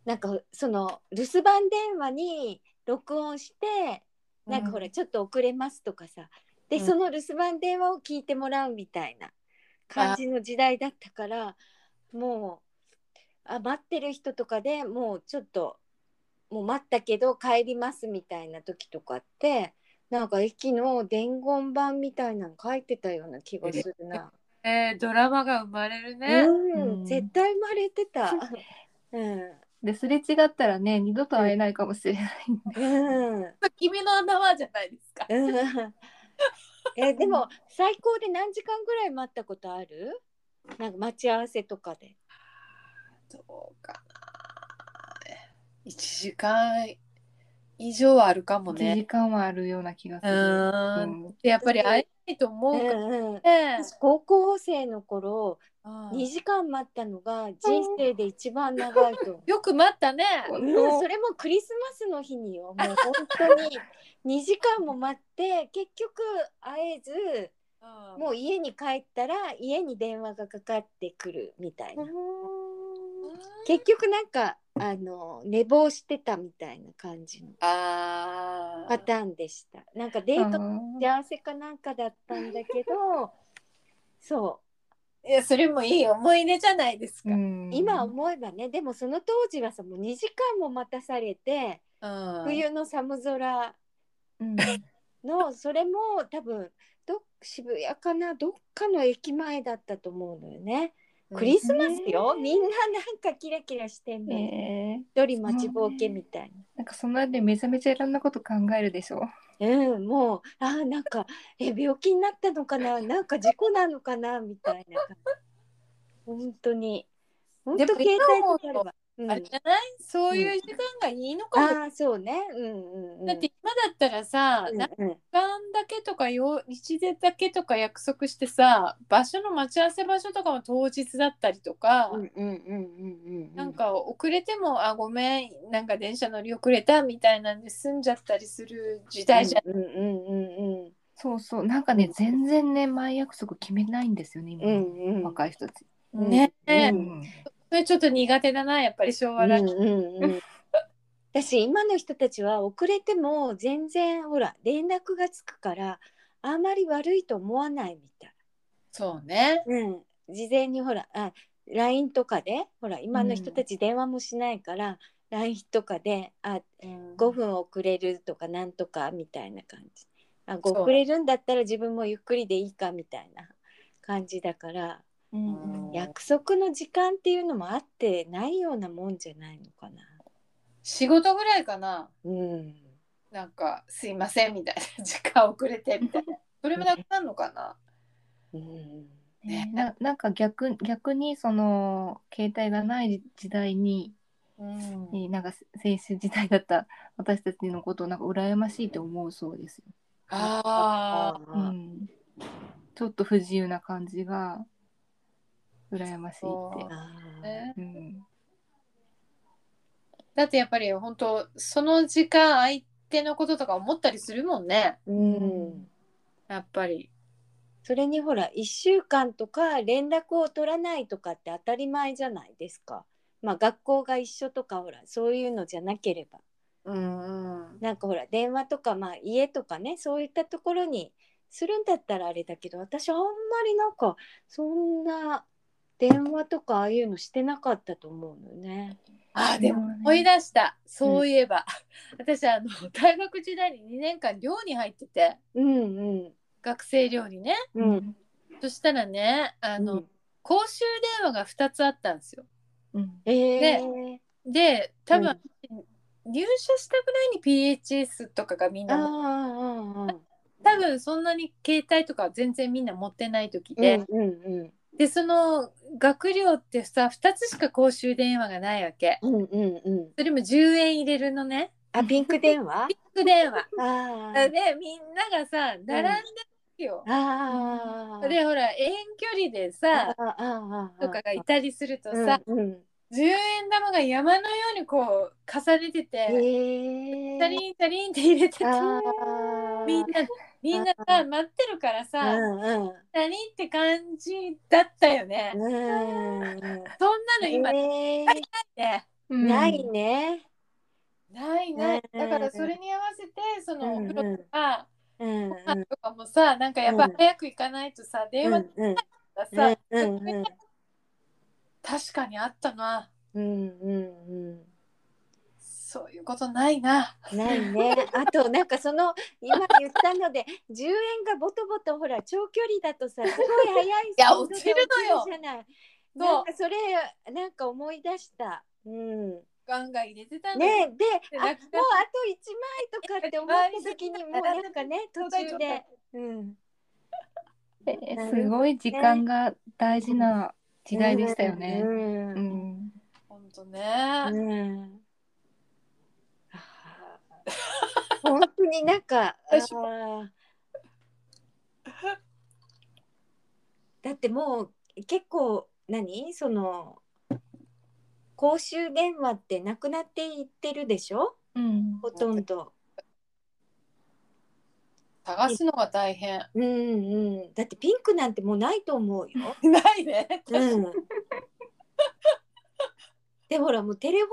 Speaker 1: なんかその留守番電話に録音してなんかほらちょっと遅れますとかさ、
Speaker 2: う
Speaker 1: で
Speaker 2: ん
Speaker 1: その留守番電話を聞いてもらうみたいな感じの時代だったからもうあ待ってる人とかでもうちょっともう待ったけど帰りますみたいな時とかってなんか駅の伝言板みたいなの書いてたような気がするな。
Speaker 2: えー、ドラマが生まれるね、
Speaker 1: う
Speaker 3: うん
Speaker 1: ん、絶対生まれてた。うん
Speaker 3: ですれ違ったらね二度と会えないかもしれない。
Speaker 1: うん
Speaker 2: 君の名はじゃないですか
Speaker 1: うんえでも最高で何時間ぐらい待ったことあるなんか待ち合わせとかで
Speaker 2: どうかな1時間以上はあるかも
Speaker 3: 一
Speaker 2: ね
Speaker 3: 時間はあるような気がす
Speaker 2: う
Speaker 3: る。
Speaker 2: ーん
Speaker 3: うん
Speaker 2: やっぱり会えないと思
Speaker 1: う
Speaker 2: うから
Speaker 1: んうん
Speaker 2: ね、
Speaker 1: 私高校生の頃
Speaker 2: うん
Speaker 1: 2時間待ったのが人生で一番長いと思う
Speaker 2: よく待ったね
Speaker 1: うんそれもクリスマスの日に よもう本当に2時間も待って結局会えず
Speaker 2: も
Speaker 1: もう家に帰ったら家に電話がかかってくるみたいな
Speaker 2: うん
Speaker 1: 結局なんかあの寝坊してたみたいな感じの
Speaker 2: あ
Speaker 1: パターンでした。なんかデートの打ち合わせかなんかだったんだけ ど、そ
Speaker 2: いやそれもいい思い出じゃないですか、
Speaker 3: う
Speaker 2: うん
Speaker 3: ん
Speaker 1: う、今思えばね、でもその当時はさ、もう2時間も待たされて、冬の寒空
Speaker 3: うん
Speaker 1: のそれも多分どっ渋谷かなどっかの駅前だったと思うのよね。クリスマスよ、みんななんかキラキラしてんの、ね、
Speaker 3: えー、
Speaker 1: 一人待ちぼうけみたい
Speaker 3: なんかその間でめちゃめちゃいろんなこと考えるでしょ。
Speaker 1: な、うん、もうあーなんかえ病気になったのかななんか事故なのかなみたいな感じ本当に本当
Speaker 2: でも
Speaker 1: 携帯とかあれば、うん、
Speaker 2: あれじゃないそういう時間がいいのかも、
Speaker 1: ああそうねうんうんうん
Speaker 2: だって今だったらさ、
Speaker 1: う
Speaker 2: なん
Speaker 1: んうん
Speaker 2: 時間だけとかよ日時だけとか約束してさ場所の待ち合わせ場所とかも当日だったりとか、
Speaker 1: うんうんうんうんうん
Speaker 2: なんか遅れても「あごめんなんか電車乗り遅れた」みたいなんで済んじゃったりする時代じゃん、
Speaker 1: うんうんうんうん
Speaker 3: そうそうなんかね全然ね前約束決めないんですよね今
Speaker 1: うん
Speaker 3: の
Speaker 1: うん
Speaker 3: 若い人たち。
Speaker 1: うん
Speaker 2: ねえ、
Speaker 1: う
Speaker 3: うん
Speaker 2: それちょっと苦手だなやっぱり昭和だ、
Speaker 1: うんうんうん、私今の人たちは遅れても全然ほら連絡がつくからあまり悪いと思わないみたい。
Speaker 2: そうね
Speaker 1: うん、事前にほらあ LINE とかでほら今の人たち電話もしないから、LINE とかであ5分遅れるとかなんとかみたいな感じあ
Speaker 2: そう
Speaker 1: 遅れるんだったら自分もゆっくりでいいかみたいな感じだから
Speaker 3: うんうん
Speaker 1: 約束の時間っていうのもあってないようなもんじゃないのかな。
Speaker 2: 仕事ぐらいかな
Speaker 1: うん
Speaker 2: なんか「すいません」みたいな時間遅れてみた いなそれもなくなるのかな、
Speaker 1: うん
Speaker 3: ねななんか逆逆にその携帯がない時代に、
Speaker 2: うん
Speaker 3: えーなんか青春時代だった私たちのことをなんか羨ましいと思うそうですよ。
Speaker 2: ああ
Speaker 1: ー
Speaker 3: うん、ちょっと不自由な感じが羨ましい
Speaker 2: そ
Speaker 3: っ
Speaker 1: あー
Speaker 2: ね
Speaker 3: て。うん
Speaker 2: だってやっぱり本当その時間相手のこととか思ったりするもんね
Speaker 1: うん、
Speaker 2: やっぱり
Speaker 1: それにほら1週間とか連絡を取らないとかって当たり前じゃないですか。まあ学校が一緒とかほらそういうのじゃなければ
Speaker 2: うんうん
Speaker 1: なんかほら電話とか、まあ、家とかねそういったところにするんだったらあれだけど私あんまりなんかそんな電話とかああいうのしてなかったと思うのよね。
Speaker 2: あーでも思い出したそういえば、 私あの 大学時代に2年間寮に入ってて
Speaker 1: うんうん
Speaker 2: 学生寮にね
Speaker 1: うん
Speaker 2: そしたらねあの、
Speaker 1: うん
Speaker 2: 公衆電話が2つあったんですよ
Speaker 3: うん
Speaker 1: えー、
Speaker 2: で多分、
Speaker 1: うん
Speaker 2: 入社したぐらいに PHS とかがみん
Speaker 1: あー
Speaker 2: なも
Speaker 1: あーあー
Speaker 2: 多分そんなに携帯とか全然みんな持ってない時で、
Speaker 1: うんうん
Speaker 2: でその学寮ってさ2つしか公衆電話がないわけ
Speaker 1: うんうんうんうん
Speaker 2: それも10円入れるのね
Speaker 1: あ、ピンク電話。
Speaker 2: ビッグ電話
Speaker 1: あ
Speaker 2: で
Speaker 1: ー
Speaker 2: みんながさ並んでるわけよ、
Speaker 1: あー。
Speaker 2: でほら遠距離で
Speaker 1: あー、
Speaker 2: さ
Speaker 1: あーあー
Speaker 2: とかがいたりすると
Speaker 1: うん
Speaker 2: さ、
Speaker 1: うん
Speaker 2: 10円玉が山のようにこう重ねて
Speaker 1: へ
Speaker 2: て、
Speaker 1: え。
Speaker 2: チャリンチャリンって入れてて
Speaker 1: あー
Speaker 2: みんなみんなさ待ってるからさ、
Speaker 1: うんうん。
Speaker 2: チャリンって感じだったよね、
Speaker 1: うん。
Speaker 2: そんなの今ね、
Speaker 1: えー、
Speaker 3: うん
Speaker 1: ないね。
Speaker 2: ないない
Speaker 1: うん
Speaker 2: だからそれに合わせてその
Speaker 1: う
Speaker 2: お
Speaker 1: んうん
Speaker 2: 風呂とか
Speaker 1: うんうん。
Speaker 2: ご飯とかもさなんかやっぱ早く行かないとさ電話と
Speaker 1: うん
Speaker 2: かさ、
Speaker 1: うんうん
Speaker 2: 確かにあったな
Speaker 1: うんうんう
Speaker 2: そういうことないな。
Speaker 1: ん。ないね。あとなんかその今言ったので10円がボトボトほら長距離だとさすごい速いスピードで
Speaker 2: いや落ちるのよ
Speaker 1: 落ちるじゃない。
Speaker 2: そう
Speaker 1: なんかそれなんか思い出した。うん。
Speaker 2: ガンガン入れてたんだ
Speaker 1: ね
Speaker 2: よ
Speaker 1: えで
Speaker 2: で
Speaker 1: あもう
Speaker 2: な
Speaker 1: あ
Speaker 2: く
Speaker 1: と
Speaker 2: なっ
Speaker 1: 1枚とかって思った時にもうなんかね途中で、うん、
Speaker 3: えーすごい時間が大事な時代でしたよね
Speaker 1: う。ん、う
Speaker 3: う
Speaker 1: ん
Speaker 3: ん
Speaker 2: ほんとね、
Speaker 1: あー本当になんかあ
Speaker 2: 私
Speaker 1: ーだってもう結構何その公衆電話ってなくなっていってるでしょ
Speaker 3: うん
Speaker 1: ほとんど。
Speaker 2: 探すのが大変。
Speaker 1: うんうん、だってピンクなんてもうないと思うよ。
Speaker 2: ないね。
Speaker 1: うん、でほらもうテレフォン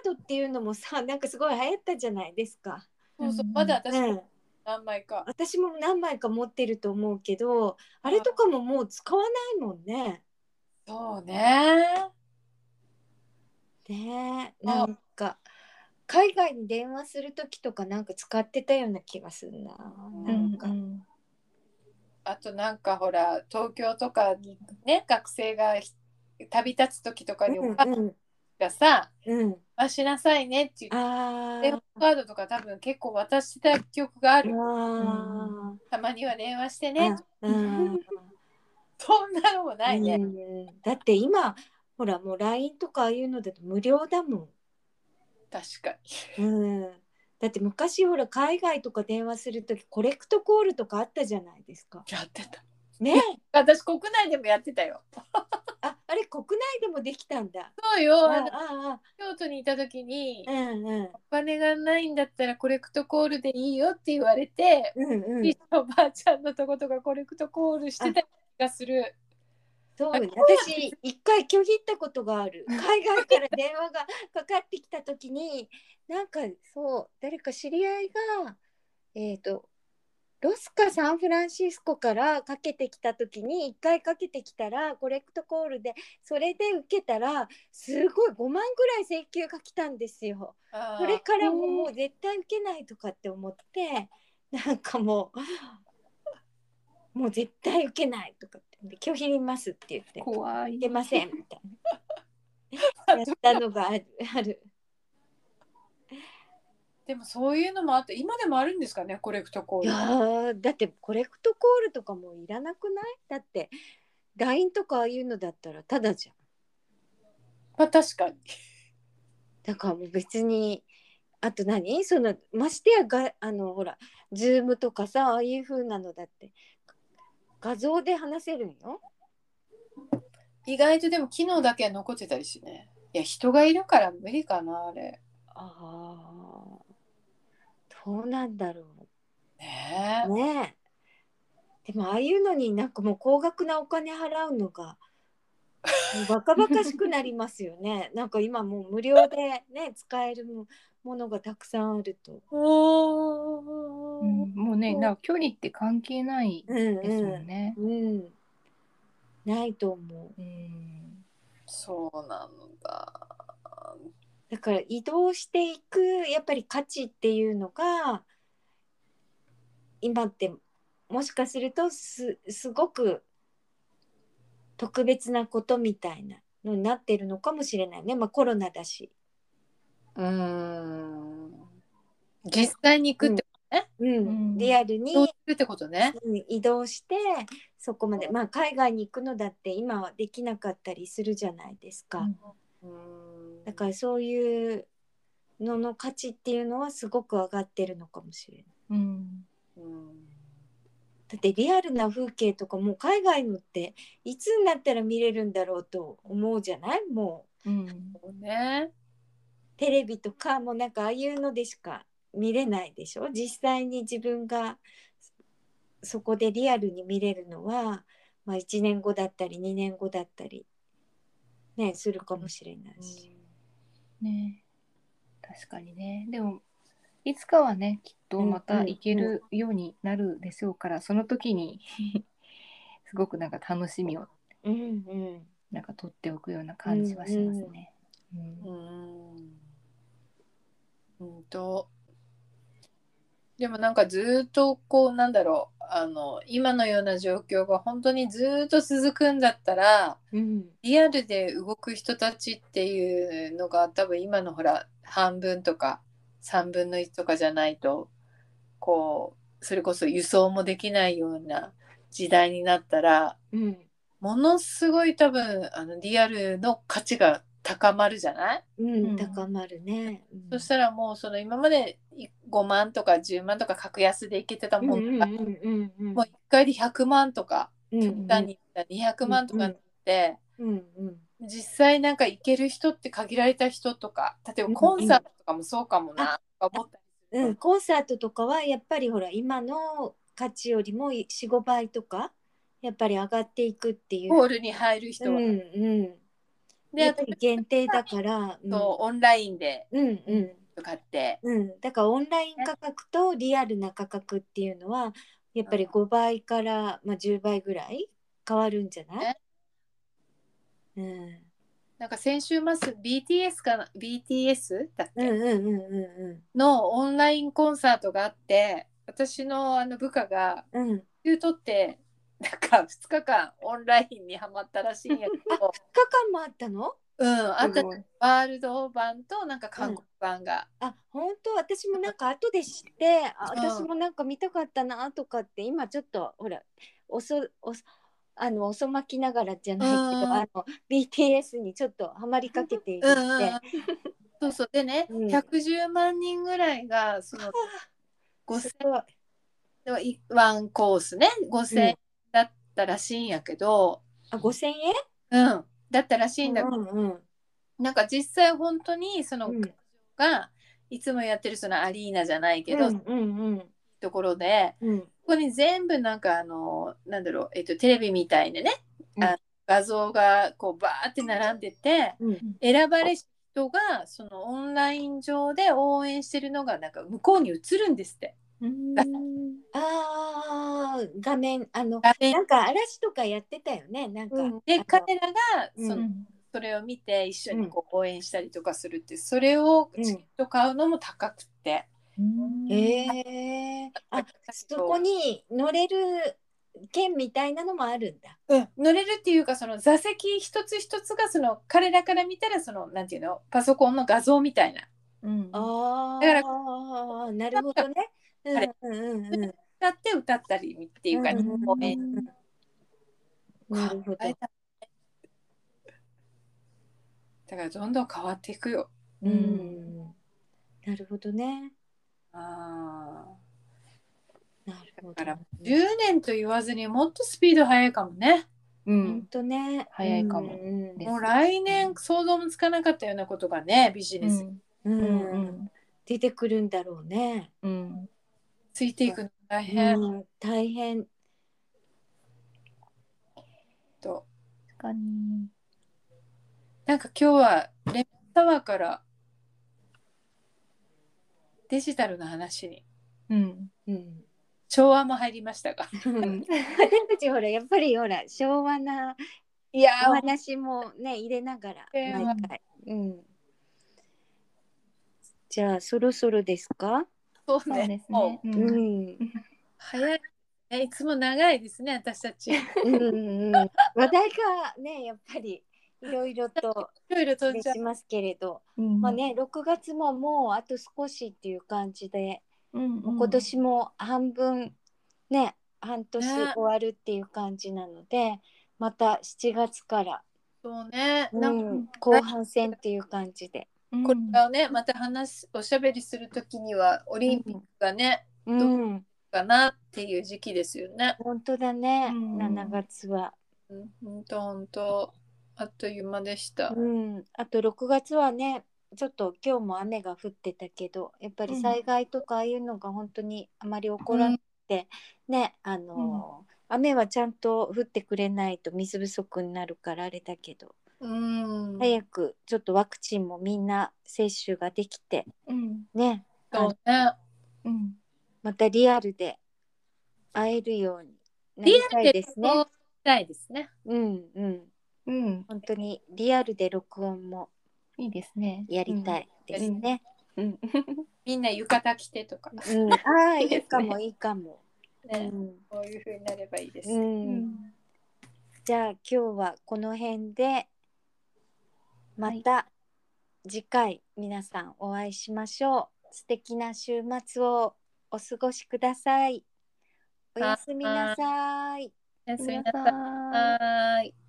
Speaker 1: カードっていうのもさなんかすごい流行ったじゃないですか。
Speaker 2: そうそう
Speaker 3: うん
Speaker 2: まだ私
Speaker 1: う
Speaker 2: も
Speaker 1: ん、
Speaker 2: 何枚か。
Speaker 1: 私も何枚か持ってると思うけどあれとかももう使わないもんね。
Speaker 2: そうね。
Speaker 1: ねえなんか海外に電話する時とかなんか使ってたような気がするな。
Speaker 3: う
Speaker 1: なんん
Speaker 3: う
Speaker 1: か、
Speaker 3: ん
Speaker 2: あとなんかほら東京とかにね学生がひ旅立つ時とかにお母さん
Speaker 1: ん
Speaker 2: がさ
Speaker 1: うんうん
Speaker 2: 「あしなさいね」って言って
Speaker 1: あ
Speaker 2: 電
Speaker 1: ー
Speaker 2: 話カードとか多分結構渡してた記憶がある、
Speaker 1: あ
Speaker 2: たまには電話して
Speaker 1: ー
Speaker 2: ね、
Speaker 1: うんうん
Speaker 2: そんなのもないね、
Speaker 1: うんだって今ほらもう LINE とかああいうのだと無料だも
Speaker 2: 確かに
Speaker 1: ん、うん、だって昔ほら海外とか電話する時コレクトコールとかあったじゃないですか
Speaker 2: やってた
Speaker 1: ね
Speaker 2: 私国内でもやってたよ
Speaker 1: ああれ国内でもできたんだ
Speaker 2: そう
Speaker 1: あ
Speaker 2: よあの
Speaker 1: あ
Speaker 2: 京都にいた時に、
Speaker 1: あうんうん
Speaker 2: お金がないんだったらコレクトコールでいいよって言われて、
Speaker 1: うんう
Speaker 2: い
Speaker 1: ん
Speaker 2: いおばあちゃんのとことかコレクトコールしてた気がする
Speaker 1: そうね
Speaker 2: あ
Speaker 1: 私一回拒否ったことがある海外から電話がかかってきた時になんかそう誰か知り合いがえっ、とロスかサンフランシスコからかけてきた時に一回かけてきたらコレクトコールでそれで受けたらすごい5万ぐらい請求が来たんですよ。
Speaker 2: あ
Speaker 1: これからももう絶対受けないとかって思って なんかもうもう絶対受けないとかって拒否りますって言って
Speaker 3: 怖い
Speaker 1: 出ませんみたいなやったのがある ある
Speaker 2: でもそういうのもあって今でもあるんですかねコレクトコー
Speaker 1: い
Speaker 2: ル
Speaker 1: やーだってコレクトコールとかもういらなくないだって LINE とかああいうのだったらただじゃん
Speaker 2: まあ確かに
Speaker 1: だからもう別にあと何そのましてやがあのほら Zoom とかさああいう風なのだって画像で話せるんよ
Speaker 2: 意外とでも機能だけは残ってたりしねいや人がいるから無理かなあれ
Speaker 1: ああ、どうなんだろ
Speaker 2: ねえ
Speaker 1: うねえ。でもああいうのになんかもう高額なお金払うのがもうバカバカしくなりますよね。 なんか今もう無料でね使えるもものがたくさんあると。
Speaker 2: お
Speaker 3: う
Speaker 2: ー
Speaker 3: んもうね、なんか距離って関係ない
Speaker 1: うん
Speaker 3: ですもんね。
Speaker 1: うん。うん。ないと思う。
Speaker 3: うん
Speaker 2: そうなんだ
Speaker 1: だから移動していくやっぱり価値っていうのが今ってもしかするとすすごく特別なことみたいなのになってるのかもしれないね、まあ、コロナだし、
Speaker 2: うーん実際に行くって、
Speaker 1: うん
Speaker 3: うん
Speaker 1: リアル
Speaker 2: そう
Speaker 1: に
Speaker 2: いうってことね
Speaker 1: うん移動してそこまで、まあ、海外に行くのだって今はできなかったりするじゃないですか。
Speaker 3: うん
Speaker 2: うーん
Speaker 1: だからそういうのの価値っていうのはすごく上がってるのかもしれない。
Speaker 3: うん
Speaker 2: うん
Speaker 1: だってリアルな風景とかもう海外のっていつになったら見れるんだろうと思うじゃないも
Speaker 3: うん
Speaker 2: そうね
Speaker 1: うテレビとかもなんかああいうのでしか見れないでしょ実際に自分がそこでリアルに見れるのは、まあ、1年後だったり2年後だったりねするかもしれないし。
Speaker 3: ね確かにねでもいつかはねきっとまた行けるようになるでしょうから、その時に すごくなんか楽しみを
Speaker 1: うんうん
Speaker 3: なんか取っておくような感じはしますね。うん
Speaker 2: うーんうんとでもなんかずっとこうなんだろうあの今のような状況が本当にずっと続くんだったら
Speaker 1: うん
Speaker 2: リアルで動く人たちっていうのが多分今のほら半分とか3分の1とかじゃないとこうそれこそ輸送もできないような時代になったら
Speaker 1: うん
Speaker 2: ものすごい多分あのリアルの価値が高まるじゃない、
Speaker 1: う、
Speaker 3: うんん
Speaker 1: 高まるね。
Speaker 2: そしたらもうその今まで5万とか10万とか格安でいけてた
Speaker 1: うん
Speaker 2: も
Speaker 1: うんん
Speaker 2: が、
Speaker 1: うんうんうん
Speaker 2: もう1回で100万とか
Speaker 1: うん
Speaker 2: 極端に言ったら200万とかになって。
Speaker 1: うんうん
Speaker 2: 実際なんか行ける人って限られた人とか例えばコンサートとかもそうかもなとか思ったりす
Speaker 1: う
Speaker 2: る
Speaker 1: ん、コンサートとかはやっぱりほら今の価値よりも45倍とかやっぱり上がっていくっていう。
Speaker 2: ホールに入る
Speaker 1: う
Speaker 2: 人
Speaker 1: ん
Speaker 2: は、
Speaker 1: うん、
Speaker 2: で
Speaker 1: やっ
Speaker 2: あ
Speaker 1: ぱ
Speaker 2: と
Speaker 1: り限定だから、うん、
Speaker 2: オンラインで
Speaker 1: うんうん
Speaker 2: とかって
Speaker 1: うんだからオンライン価格とリアルな価格っていうのはやっぱり5倍から、まあ、10倍ぐらい変わるんじゃない、うん、
Speaker 2: なんか先週末 BTS かな BTS だっけ、
Speaker 1: うんうんうんう
Speaker 2: のオンラインコンサートがあって私のあの部下が
Speaker 1: んうん
Speaker 2: 「急取ってなんか2日間オンラインにはまったらしいんやけど、
Speaker 1: カカンもあったの
Speaker 2: うん、あ
Speaker 3: す
Speaker 2: と
Speaker 3: ごい
Speaker 2: ワールド版となんか韓国版が、
Speaker 1: あ本当私もなんか後で知ってあ
Speaker 2: うん
Speaker 1: 私もなんか見たかったなとかって今ちょっとほらおそおそあの遅まきながらじゃないけど、
Speaker 2: うん
Speaker 1: あの BTS にちょっとハマりかけていて、
Speaker 2: うんうんうんそうそうでね、
Speaker 1: うん
Speaker 2: 110万人ぐらいがその
Speaker 1: す
Speaker 2: 5000
Speaker 1: ごい
Speaker 2: ワンコースね5000円だったらしいんやけど、
Speaker 1: あ5000円
Speaker 2: うんだったらしいんだけど、
Speaker 1: うんうん
Speaker 2: なんか実際本当にその、
Speaker 1: うん
Speaker 2: がいつもやってるそのアリーナじゃないけど、
Speaker 1: うんうん
Speaker 2: ところで
Speaker 1: うんうん
Speaker 2: ここに全部なんかあのなんだろう、えっと、テレビみたいなね、
Speaker 3: うん
Speaker 2: あの画像がこうバーって並んでて
Speaker 1: うん
Speaker 2: 選ばれし人がそのオンライン上で応援してるのがなんか向こうに映るんですって
Speaker 1: あー画面あの
Speaker 2: 画面
Speaker 1: なんか嵐とかやってたよねなんか、
Speaker 2: で彼らがそ,、
Speaker 1: う
Speaker 2: のそれを見て一緒にこう応援したりとかするってそれを
Speaker 1: うん
Speaker 2: チケット買うのも高くて。
Speaker 1: えー、あそこに乗れる券みたいなのもあるんだ。
Speaker 2: うん、乗れるっていうかその座席一つ一つがその彼らから見たらそのなんていうのパソコンの画像みたいな
Speaker 1: ああ、
Speaker 2: だ
Speaker 1: なるほどね。うん
Speaker 2: はい
Speaker 1: うんうんうん。
Speaker 2: 歌って歌ったりっていうか、ね
Speaker 1: うん
Speaker 2: 応援
Speaker 1: なるほど。
Speaker 2: だからどんどん変わっていくよ。
Speaker 1: うん。なるほどね。
Speaker 2: あ
Speaker 1: なるほど。
Speaker 2: ーだから10年と言わずにもっとスピード速いかもね。
Speaker 1: 本当ね。
Speaker 3: 早いかも
Speaker 1: うん
Speaker 3: です
Speaker 2: もう来年想像もつかなかったようなことがねビジネスに
Speaker 1: うんうん出てくるんだろうね。
Speaker 2: ついていくの大変
Speaker 1: うん大変。
Speaker 2: と。なんか今日はレッドタワーからデジタルの話に
Speaker 1: うん。
Speaker 2: 調和も入りましたが。
Speaker 1: 私たちほらやっぱりほら昭和ない
Speaker 2: や
Speaker 1: お
Speaker 2: ー
Speaker 1: 話もね入れながら
Speaker 2: えー
Speaker 1: 毎回、うん、じゃあそろそろですか、
Speaker 2: そう
Speaker 3: そう
Speaker 2: ね
Speaker 3: です
Speaker 2: も
Speaker 3: ね
Speaker 2: う。
Speaker 1: うん、うん
Speaker 2: 早いねいつも長いですね私た ち。い
Speaker 1: うんうん話題がねやっぱりいろいろと
Speaker 2: ろいろ飛ん
Speaker 1: 出
Speaker 2: じゃう
Speaker 1: し。ますけれど、まあね6月ももうあと少しっていう感じで、もう今年も半分ね半年終
Speaker 2: ね
Speaker 1: わるっていう感じなのでまた7月から、
Speaker 2: そうね。
Speaker 1: う
Speaker 2: なんか
Speaker 1: ん、後半戦っていう感じで。
Speaker 2: これからねまた話おしゃべりするときにはオリンピックがね、
Speaker 1: うん
Speaker 2: かなっていう時期ですよね。
Speaker 1: 本当だね、
Speaker 3: うん
Speaker 1: 7月は、
Speaker 2: うん本当本当あっという間でした。
Speaker 1: うん、あと6月はねちょっと今日も雨が降ってたけどやっぱり災害とかああいうのが本当にあまり起こらなくて、ねあのー、雨はちゃんと降ってくれないと水不足になるからあれだけど、
Speaker 2: うん。
Speaker 1: 早くちょっとワクチンもみんな接種ができてね
Speaker 2: そうね。
Speaker 1: またリアルで会えるようになりたいです
Speaker 2: そ
Speaker 1: ね
Speaker 2: う。したいですね。
Speaker 1: うんうん本当にリアルで録音もやりたいですね。
Speaker 2: みんな浴衣着てとかね。
Speaker 1: うん、ああ、 い
Speaker 3: いですね
Speaker 1: いかも、いいかも。うん、
Speaker 2: こういう風になればいいです。
Speaker 1: うん、じゃあ、今日はこの辺で。また。次回、皆さんお会いしましょう。素敵な週末をお過ごしください。おやすみなさい。
Speaker 2: おやすみなさい。